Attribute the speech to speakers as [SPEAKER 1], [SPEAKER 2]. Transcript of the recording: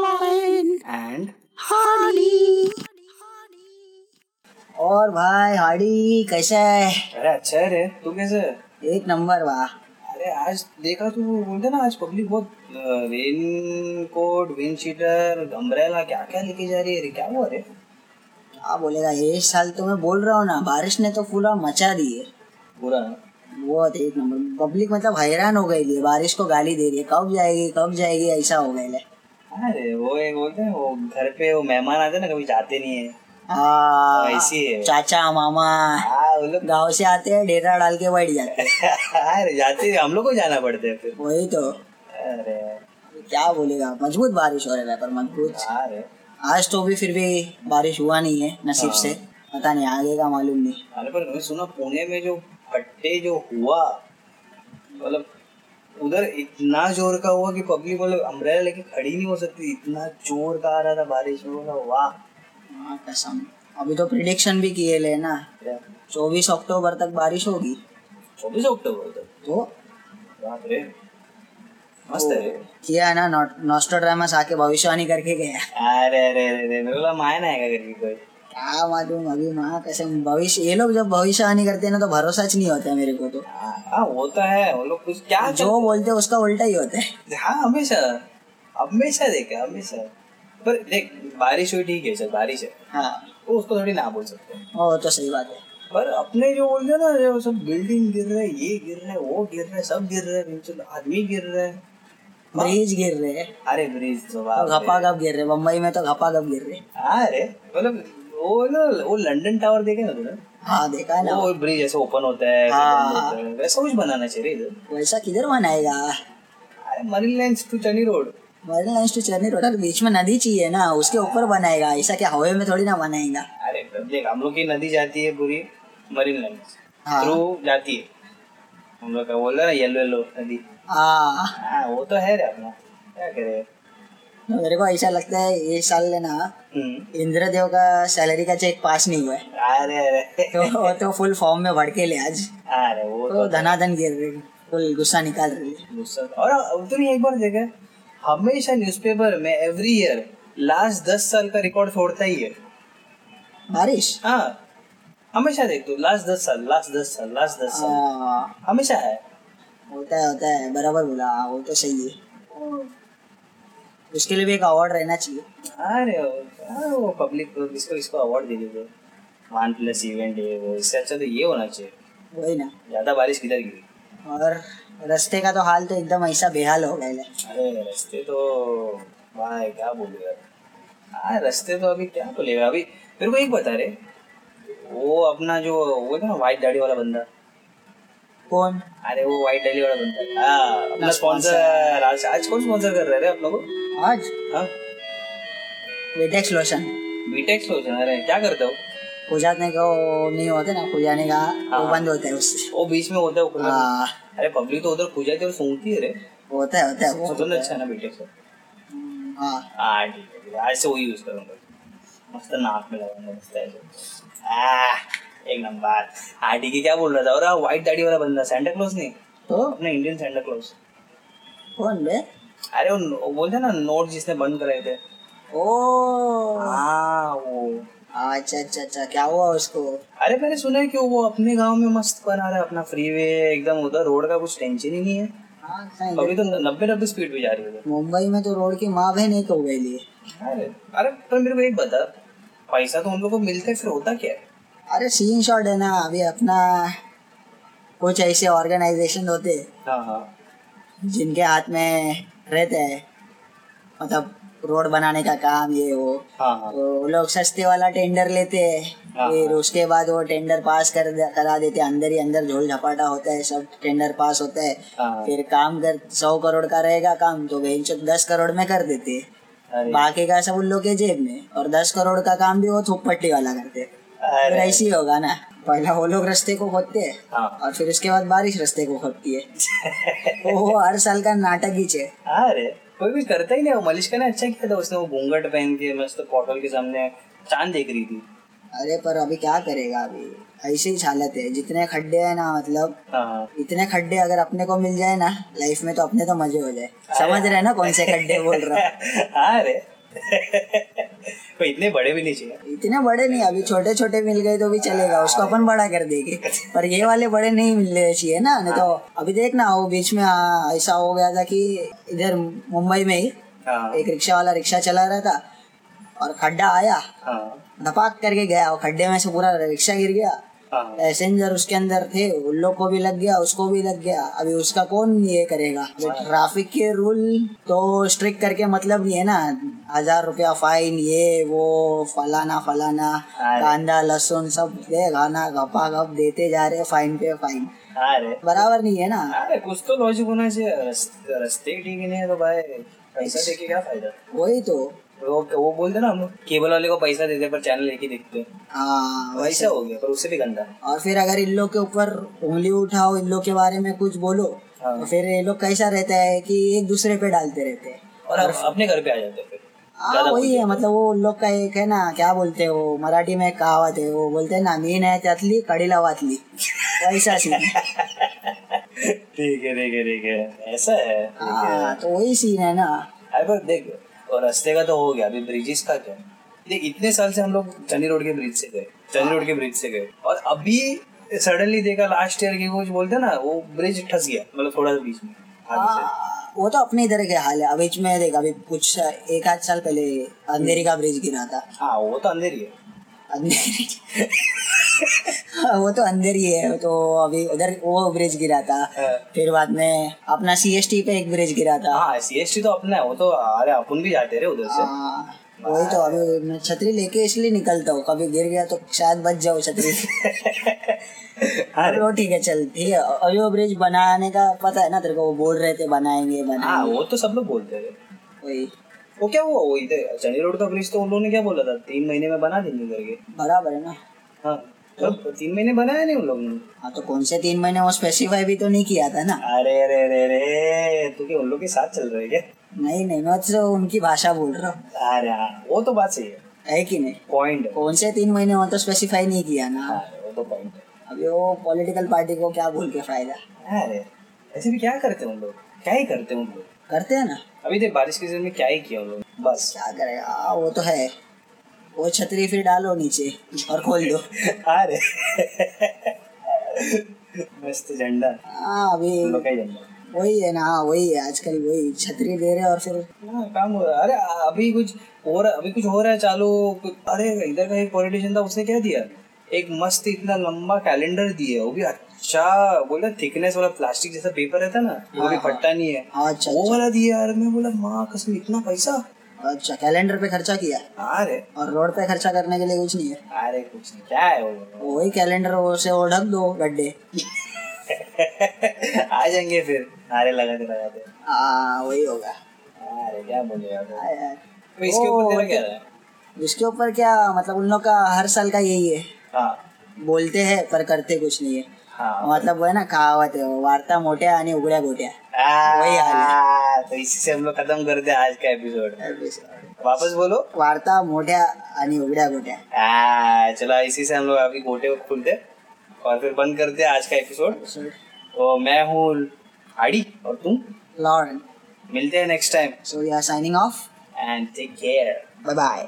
[SPEAKER 1] Lion
[SPEAKER 2] and
[SPEAKER 1] Hardy
[SPEAKER 3] और भाई Hardy कैसा है
[SPEAKER 2] अरे अच्छा है रे तू कैसे है?
[SPEAKER 3] एक नंबर वाह
[SPEAKER 2] अरे आज देखा तू बोलते ना आज पब्लिक बहुत rain coat windcheater umbrella क्या क्या लेके जा रही है रे क्या हुआ रे
[SPEAKER 3] क्या बोलेगा ये साल तो मैं बोल रहा हूँ ना बारिश ने तो पूरा मचा दी है
[SPEAKER 2] बुरा ना
[SPEAKER 3] बहुत एक नंबर पब्लिक मतलब हैरान हो गई है बारिश को गाली दे रही है कब जाएगी कब जाएगी ऐसा हो गया है।
[SPEAKER 2] अरे वो एक बोलते हैं वो घर पे वो मेहमान आते हैं ना कभी जाते नहीं है
[SPEAKER 3] हाँ,
[SPEAKER 2] ऐसी है।
[SPEAKER 3] चाचा मामा
[SPEAKER 2] हाँ वो लोग
[SPEAKER 3] गांव से आते हैं डेरा डाल के बैठ जाते हैं
[SPEAKER 2] अरे जाते हैं, हम लोग को जाना पड़ता है फिर
[SPEAKER 3] वही तो
[SPEAKER 2] अरे
[SPEAKER 3] क्या बोलेगा मजबूत बारिश हो रहा है पर मजबूत
[SPEAKER 2] अरे
[SPEAKER 3] आज तो भी फिर भी बारिश हुआ नहीं है नसीब
[SPEAKER 2] हाँ।
[SPEAKER 3] से पता नहीं आगे का मालूम नहीं
[SPEAKER 2] अरे पर मैंने सुना पुणे में जो फट्टे जो हुआ मतलब उधर इतना जोर का हुआ कि पब्लिक मतलब अम्ब्रेला लेके खड़ी नहीं हो सकती इतना जोर का आ रहा था बारिश में बोला वाह
[SPEAKER 3] हाँ, कसम अभी तो प्रिडिक्शन भी किए ले ना चौबीस अक्टूबर तक बारिश होगी
[SPEAKER 2] चौबीस अक्टूबर तक
[SPEAKER 3] तो
[SPEAKER 2] बाप रे मस्त है
[SPEAKER 3] किया है ना नॉस्टोड्रामस आके भविष्यवाणी करके गया
[SPEAKER 2] अरे अरे अरे अरे मेरे बोला माया ना आएगा करके कोई
[SPEAKER 3] क्या मालूम अभी माँ कैसे भविष्य ये लोग जब भविष्यवाणी करते हैं ना तो भरोसा ही नहीं होता है मेरे को तो
[SPEAKER 2] हाँ हाँ, होता है वो लोग कुछ क्या
[SPEAKER 3] जो बोलते हैं उसका उल्टा ही होता है
[SPEAKER 2] हाँ हमेशा हमेशा देखा हमेशा पर देख बारिश हुई ठीक है सर बारिश है
[SPEAKER 3] हाँ
[SPEAKER 2] तो उसको थोड़ी ना बोल सकते हैं
[SPEAKER 3] वो तो सही बात है
[SPEAKER 2] पर अपने जो बोलते हैं ना जो सब बिल्डिंग गिर रहे ये गिर रहे वो गिर रहे सब गिर रहे बिल्कुल आदमी गिर रहे
[SPEAKER 3] ब्रिज गिर रहे हैं
[SPEAKER 2] अरे ब्रिज तो
[SPEAKER 3] तो
[SPEAKER 2] बाप रे।
[SPEAKER 3] घपा घप गिर रहे बम्बई में तो घपा घप गिर रहे
[SPEAKER 2] अरे मतलब वो ना वो लंदन टावर देखे ना तूने
[SPEAKER 3] हाँ देखा है ना
[SPEAKER 2] वो ब्रिज ऐसे ओपन होता है ऐसे
[SPEAKER 3] हाँ।
[SPEAKER 2] बंद होता है। वैसा कुछ बनाना चाहिए इधर
[SPEAKER 3] वैसा किधर बनाएगा
[SPEAKER 2] अरे मरीन लाइन्स टू चनी रोड
[SPEAKER 3] मरीन लाइन टू चेन्नई रोड बीच में नदी चाहिए ना उसके ऊपर बनाएगा ऐसा क्या हवा में थोड़ी ना बनाएगा
[SPEAKER 2] अरे देख हम लोग की नदी जाती है पूरी मरीन लाइन
[SPEAKER 3] हाँ।
[SPEAKER 2] थ्रू जाती है हम लोग का बोल रहे हैं येलो येलो नदी
[SPEAKER 3] हाँ
[SPEAKER 2] हाँ वो तो है रे अपना क्या करे
[SPEAKER 3] तो मेरे को ऐसा लगता है ये साल लेना
[SPEAKER 2] हम्म।
[SPEAKER 3] इंद्रदेव का सैलरी का चेक पास नहीं हुआ है
[SPEAKER 2] अरे अरे
[SPEAKER 3] तो वो तो फुल फॉर्म में भड़के ले आज
[SPEAKER 2] अरे वो तो
[SPEAKER 3] तो धनाधन गिर रही फुल गुस्सा निकाल रही
[SPEAKER 2] गुस्सा और अब तूने एक बार देखा है? हमेशा न्यूज़पेपर में एवरी ईयर लास्ट दस साल का रिकॉर्ड तोड़ता ही है
[SPEAKER 3] बारिश
[SPEAKER 2] हाँ हमेशा देख तू लास्ट दस साल लास्ट दस साल लास्ट दस
[SPEAKER 3] आ,
[SPEAKER 2] साल हमेशा है
[SPEAKER 3] हाँ, होता है होता है बराबर बोला हाँ, वो तो सही है उसके लिए भी एक अवार्ड रहना चाहिए
[SPEAKER 2] अरे वो- अरे वो पब्लिक इसको इसको अवार्ड दे दीजिए वन प्लस इवेंट है वो इससे अच्छा तो ये होना चाहिए
[SPEAKER 3] वही ना
[SPEAKER 2] ज़्यादा बारिश किधर गिरी
[SPEAKER 3] और रास्ते का तो हाल तो एकदम ऐसा बेहाल हो गया है।
[SPEAKER 2] अरे रास्ते तो भाई क्या बोलेगा हाँ रास्ते तो अभी क्या बोलेगा अभी मेरे को एक बता रहे वो अपना जो वो था ना वाइट दाढ़ी वाला बंदा
[SPEAKER 3] कौन
[SPEAKER 2] अरे वो वाइट दाढ़ी वाला बंदा हाँ अपना स्पॉन्सर आज आज कौन स्पॉन्सर कर रहा है रे आप लोगों को
[SPEAKER 3] आज
[SPEAKER 2] हाँ
[SPEAKER 3] विटेक्स लोशन
[SPEAKER 2] बीटेक सोच अरे क्या करते हो
[SPEAKER 3] खुजाने का वो नहीं होते ना खुजाने का वो बंद होता है उससे
[SPEAKER 2] वो बीच में होता है वो खुला
[SPEAKER 3] हाँ
[SPEAKER 2] अरे पब्लिक तो उधर पूजा की और सूंघती है रे
[SPEAKER 3] होता है होता है वो
[SPEAKER 2] सुगंध अच्छा है ना बीटेक से
[SPEAKER 3] हाँ
[SPEAKER 2] हाँ ठीक है ठीक है। आज से वही यूज करूंगा मस्त नाक में लगाऊंगा मस्त ऐसे आह, एक नंबर हाँ ठीक है क्या बोल रहा था और व्हाइट दाढ़ी वाला बंदा सेंटा क्लॉज नहीं
[SPEAKER 3] तो
[SPEAKER 2] अपना इंडियन सेंटा क्लॉज
[SPEAKER 3] कौन बे
[SPEAKER 2] अरे वो वो बोलते हैं ना नोट जिसने बंद कराए थे
[SPEAKER 3] ओ
[SPEAKER 2] हाँ वो
[SPEAKER 3] अच्छा अच्छा अच्छा क्या हुआ उसको
[SPEAKER 2] अरे मैंने सुना है कि वो अपने गांव में मस्त बना रहा है अपना फ्रीवे एकदम उधर रोड का कुछ टेंशन ही नहीं है
[SPEAKER 3] हाँ, सही है।
[SPEAKER 2] अभी तो नब्बे नब्बे स्पीड पे जा रही है उधर।
[SPEAKER 3] मुंबई में तो रोड की माँ बहन एक हो गई लिए
[SPEAKER 2] अरे अरे पर मेरे को एक बता पैसा तो हम लोग को मिलता है फिर होता क्या है
[SPEAKER 3] अरे सीन शॉट है ना अभी अपना कुछ ऐसे ऑर्गेनाइजेशन होते
[SPEAKER 2] हाँ हाँ
[SPEAKER 3] जिनके हाथ में रहते हैं मतलब रोड बनाने का काम ये वो
[SPEAKER 2] हाँ हाँ
[SPEAKER 3] तो वो लोग सस्ते वाला टेंडर लेते हैं
[SPEAKER 2] हाँ,
[SPEAKER 3] फिर उसके बाद वो टेंडर पास कर करा देते हैं अंदर ही अंदर झोल झपाटा होता है सब टेंडर पास होता है
[SPEAKER 2] हाँ
[SPEAKER 3] फिर काम कर सौ करोड़ का रहेगा काम तो वही दस करोड़ में कर देते हैं
[SPEAKER 2] अरे
[SPEAKER 3] बाकी का सब उन लोग के जेब में और दस करोड़ का काम भी वो थुपट्टी वाला करते फिर
[SPEAKER 2] अरे
[SPEAKER 3] ऐसे ही होगा ना पहला वो लोग रास्ते को खोदते हैं
[SPEAKER 2] हाँ
[SPEAKER 3] और फिर उसके बाद बारिश रास्ते को खोदती है तो वो हर साल का नाटक ही छे
[SPEAKER 2] अरे कोई कुछ करता ही नहीं वो मलिश का ने अच्छा किया था उसने वो घूंघट पहन के मस्त पोर्टल के सामने चांद देख रही थी
[SPEAKER 3] अरे पर अभी क्या करेगा अभी ऐसी ही हालत है जितने खड्डे हैं ना मतलब
[SPEAKER 2] हाँ
[SPEAKER 3] इतने खड्डे अगर अपने को मिल जाए ना लाइफ में तो अपने तो मजे हो जाए समझ रहे हैं ना कौन से खड्डे बोल रहा हूँ
[SPEAKER 2] हाँ रे कोई इतने बड़े भी नहीं चाहिए
[SPEAKER 3] इतने बड़े नहीं अभी छोटे छोटे मिल गए तो भी चलेगा उसको अपन बड़ा कर देंगे पर ये वाले बड़े नहीं मिलने चाहिए ना नहीं तो अभी देख ना वो बीच में आ, ऐसा हो गया था कि इधर मुंबई में ही
[SPEAKER 2] हाँ
[SPEAKER 3] एक रिक्शा वाला रिक्शा चला रहा था और खड्डा आया
[SPEAKER 2] हाँ
[SPEAKER 3] धपाक करके गया वो खड्डे में से पूरा रिक्शा गिर गया
[SPEAKER 2] हाँ
[SPEAKER 3] पैसेंजर उसके अंदर थे उन लोग को भी लग गया उसको भी लग गया अभी उसका कौन ये करेगा ट्रैफिक के रूल तो स्ट्रिक्ट करके मतलब नहीं है ना हजार रुपया फाइन ये वो फलाना फलाना
[SPEAKER 2] अरे।
[SPEAKER 3] कांदा लहसुन सब दे गाना गपा गप देते जा रहे फाइन पे फाइन
[SPEAKER 2] हाँ रे
[SPEAKER 3] बराबर नहीं है ना
[SPEAKER 2] अरे कुछ तो लॉजिक होना चाहिए रस- रस्ते ही ठीक ही नहीं है तो भाई पैसा देके क्या फायदा
[SPEAKER 3] वही तो
[SPEAKER 2] वो वो बोलते ना हम केबल वाले को पैसा देते पर चैनल लेके देखते हैं
[SPEAKER 3] हाँ
[SPEAKER 2] वैसा हो गया पर उससे भी गंदा
[SPEAKER 3] और फिर अगर इन लोग के ऊपर उंगली उठाओ इन लोग के बारे में कुछ बोलो
[SPEAKER 2] हाँ।
[SPEAKER 3] तो फिर ये लोग कैसा रहता है कि एक दूसरे पे डालते रहते हैं
[SPEAKER 2] और अब अपने घर पे आ जाते हैं फिर
[SPEAKER 3] हाँ वही है मतलब वो लोग का एक है ना क्या बोलते हैं वो मराठी में एक कहावत है वो बोलते हैं ना मीन है त्यातली कडीला वातली वैसा सीन है।
[SPEAKER 2] ठीक है ठीक है ठीक है ऐसा है
[SPEAKER 3] हाँ तो वही सीन है ना
[SPEAKER 2] अरे पर देख और रास्ते का तो हो गया अभी ब्रिजेस का क्या देख इतने साल से हम लोग चंदी रोड के ब्रिज से गए चंदी रोड के ब्रिज से गए और अभी सडनली देखा लास्ट ईयर की कुछ बोलते ना वो ब्रिज ठस गया मतलब थोड़ा सा बीच में हाथ से।
[SPEAKER 3] हाँ, वो तो अपने इधर के हाल है अभी में देख अभी कुछ एक आध साल पहले अंधेरी का ब्रिज गिरा था
[SPEAKER 2] हाँ वो तो अंधेरी है
[SPEAKER 3] अंधेरी हाँ, वो तो अंधेरी है तो अभी उधर वो ब्रिज गिरा था
[SPEAKER 2] हाँ।
[SPEAKER 3] फिर बाद में अपना सीएसटी पे एक ब्रिज गिरा था
[SPEAKER 2] हाँ सीएसटी तो अपना है वो तो अरे अपन भी जाते रहे उधर से
[SPEAKER 3] हाँ, वही तो अभी मैं छतरी लेके इसलिए निकलता हूँ कभी गिर गया तो शायद बच जाओ छतरी से।
[SPEAKER 2] हाँ
[SPEAKER 3] चलो ठीक है चल ठीक है अभी वो ब्रिज बनाने का पता है ना तेरे को वो बोल रहे थे बनाएंगे
[SPEAKER 2] हाँ,
[SPEAKER 3] बनाएंगे
[SPEAKER 2] वो तो सब लोग बोलते हैं
[SPEAKER 3] वही
[SPEAKER 2] वो क्या हुआ वो इधर चंडी रोड का ब्रिज तो उन लोगों ने क्या बोला था तीन महीने में बना देंगे करके
[SPEAKER 3] बराबर है ना
[SPEAKER 2] हाँ तो तीन महीने बनाया नहीं उन लोगों ने
[SPEAKER 3] हाँ तो कौन से तीन महीने वो स्पेसिफाई भी तो नहीं किया था ना
[SPEAKER 2] अरे रे रे रे तू क्या उन लोग के साथ चल रहे क्या
[SPEAKER 3] नहीं नहीं मैं तो उनकी भाषा बोल रहा हूँ
[SPEAKER 2] अरे हाँ, वो तो बात सही है
[SPEAKER 3] है कि नहीं
[SPEAKER 2] पॉइंट
[SPEAKER 3] कौन से तीन महीने वो तो स्पेसिफाई नहीं किया ना
[SPEAKER 2] वो तो पॉइंट
[SPEAKER 3] अभी वो पॉलिटिकल पार्टी को क्या बोल के फायदा
[SPEAKER 2] है अरे ऐसे भी क्या करते हैं उन लोग क्या ही करते हैं उन लोग
[SPEAKER 3] करते हैं ना
[SPEAKER 2] अभी देख बारिश के सीजन में क्या ही किया उन लोग बस
[SPEAKER 3] क्या करेगा हाँ, वो तो है वो छतरी फिर डालो नीचे और खोल दो
[SPEAKER 2] अरे मस्त झंडा
[SPEAKER 3] हाँ अभी
[SPEAKER 2] उन लोग का ही झंडा
[SPEAKER 3] वही है ना हाँ, वही है आजकल वही छतरी दे रहे और फिर
[SPEAKER 2] हाँ, काम हो रहा है अरे अभी कुछ हो रहा अभी कुछ हो रहा है चालू कुछ- अरे इधर का एक पॉलिटिशियन था उसने क्या दिया एक मस्त इतना लंबा कैलेंडर दिया वो भी अच्छा बोला थिकनेस वाला प्लास्टिक जैसा पेपर रहता ना वो भी फटता नहीं है
[SPEAKER 3] हाँ, अच्छा
[SPEAKER 2] वो वाला दिया यार मैं बोला माँ कसम इतना पैसा
[SPEAKER 3] अच्छा कैलेंडर पे खर्चा किया
[SPEAKER 2] अरे
[SPEAKER 3] और रोड पे खर्चा करने के लिए कुछ नहीं है तो
[SPEAKER 2] अरे कुछ नहीं क्या है वो
[SPEAKER 3] वही कैलेंडर वो से वो ढक दो गड्ढे
[SPEAKER 2] आ जाएंगे फिर अरे लगाते लगाते
[SPEAKER 3] हाँ वही होगा
[SPEAKER 2] अरे क्या बोले यार
[SPEAKER 3] हाँ यार
[SPEAKER 2] तो इसके ऊपर तेरा क्या रहा है
[SPEAKER 3] उसके ऊपर क्या मतलब उन लोग का हर साल का यही है
[SPEAKER 2] हाँ
[SPEAKER 3] बोलते हैं पर करते कुछ नहीं है
[SPEAKER 2] हाँ
[SPEAKER 3] मतलब वो है ना कहावत है वो, वार्ता मोट्या आणि उघड्या गोट्या वही हाल
[SPEAKER 2] आ, तो इसी से हम लोग खत्म करते हैं आज का एपिसोड वापस बोलो
[SPEAKER 3] वार्ता मोठ्या आणि उघड्या गोट्या
[SPEAKER 2] आ, चलो इसी से हम लोग अभी गोटे को खुलते हैं और फिर बंद करते हैं आज का एपिसोड तो मैं हूँ आड़ी और तुम
[SPEAKER 3] लॉर्ड
[SPEAKER 2] मिलते हैं next time
[SPEAKER 3] so we are signing off
[SPEAKER 2] and take care
[SPEAKER 3] bye bye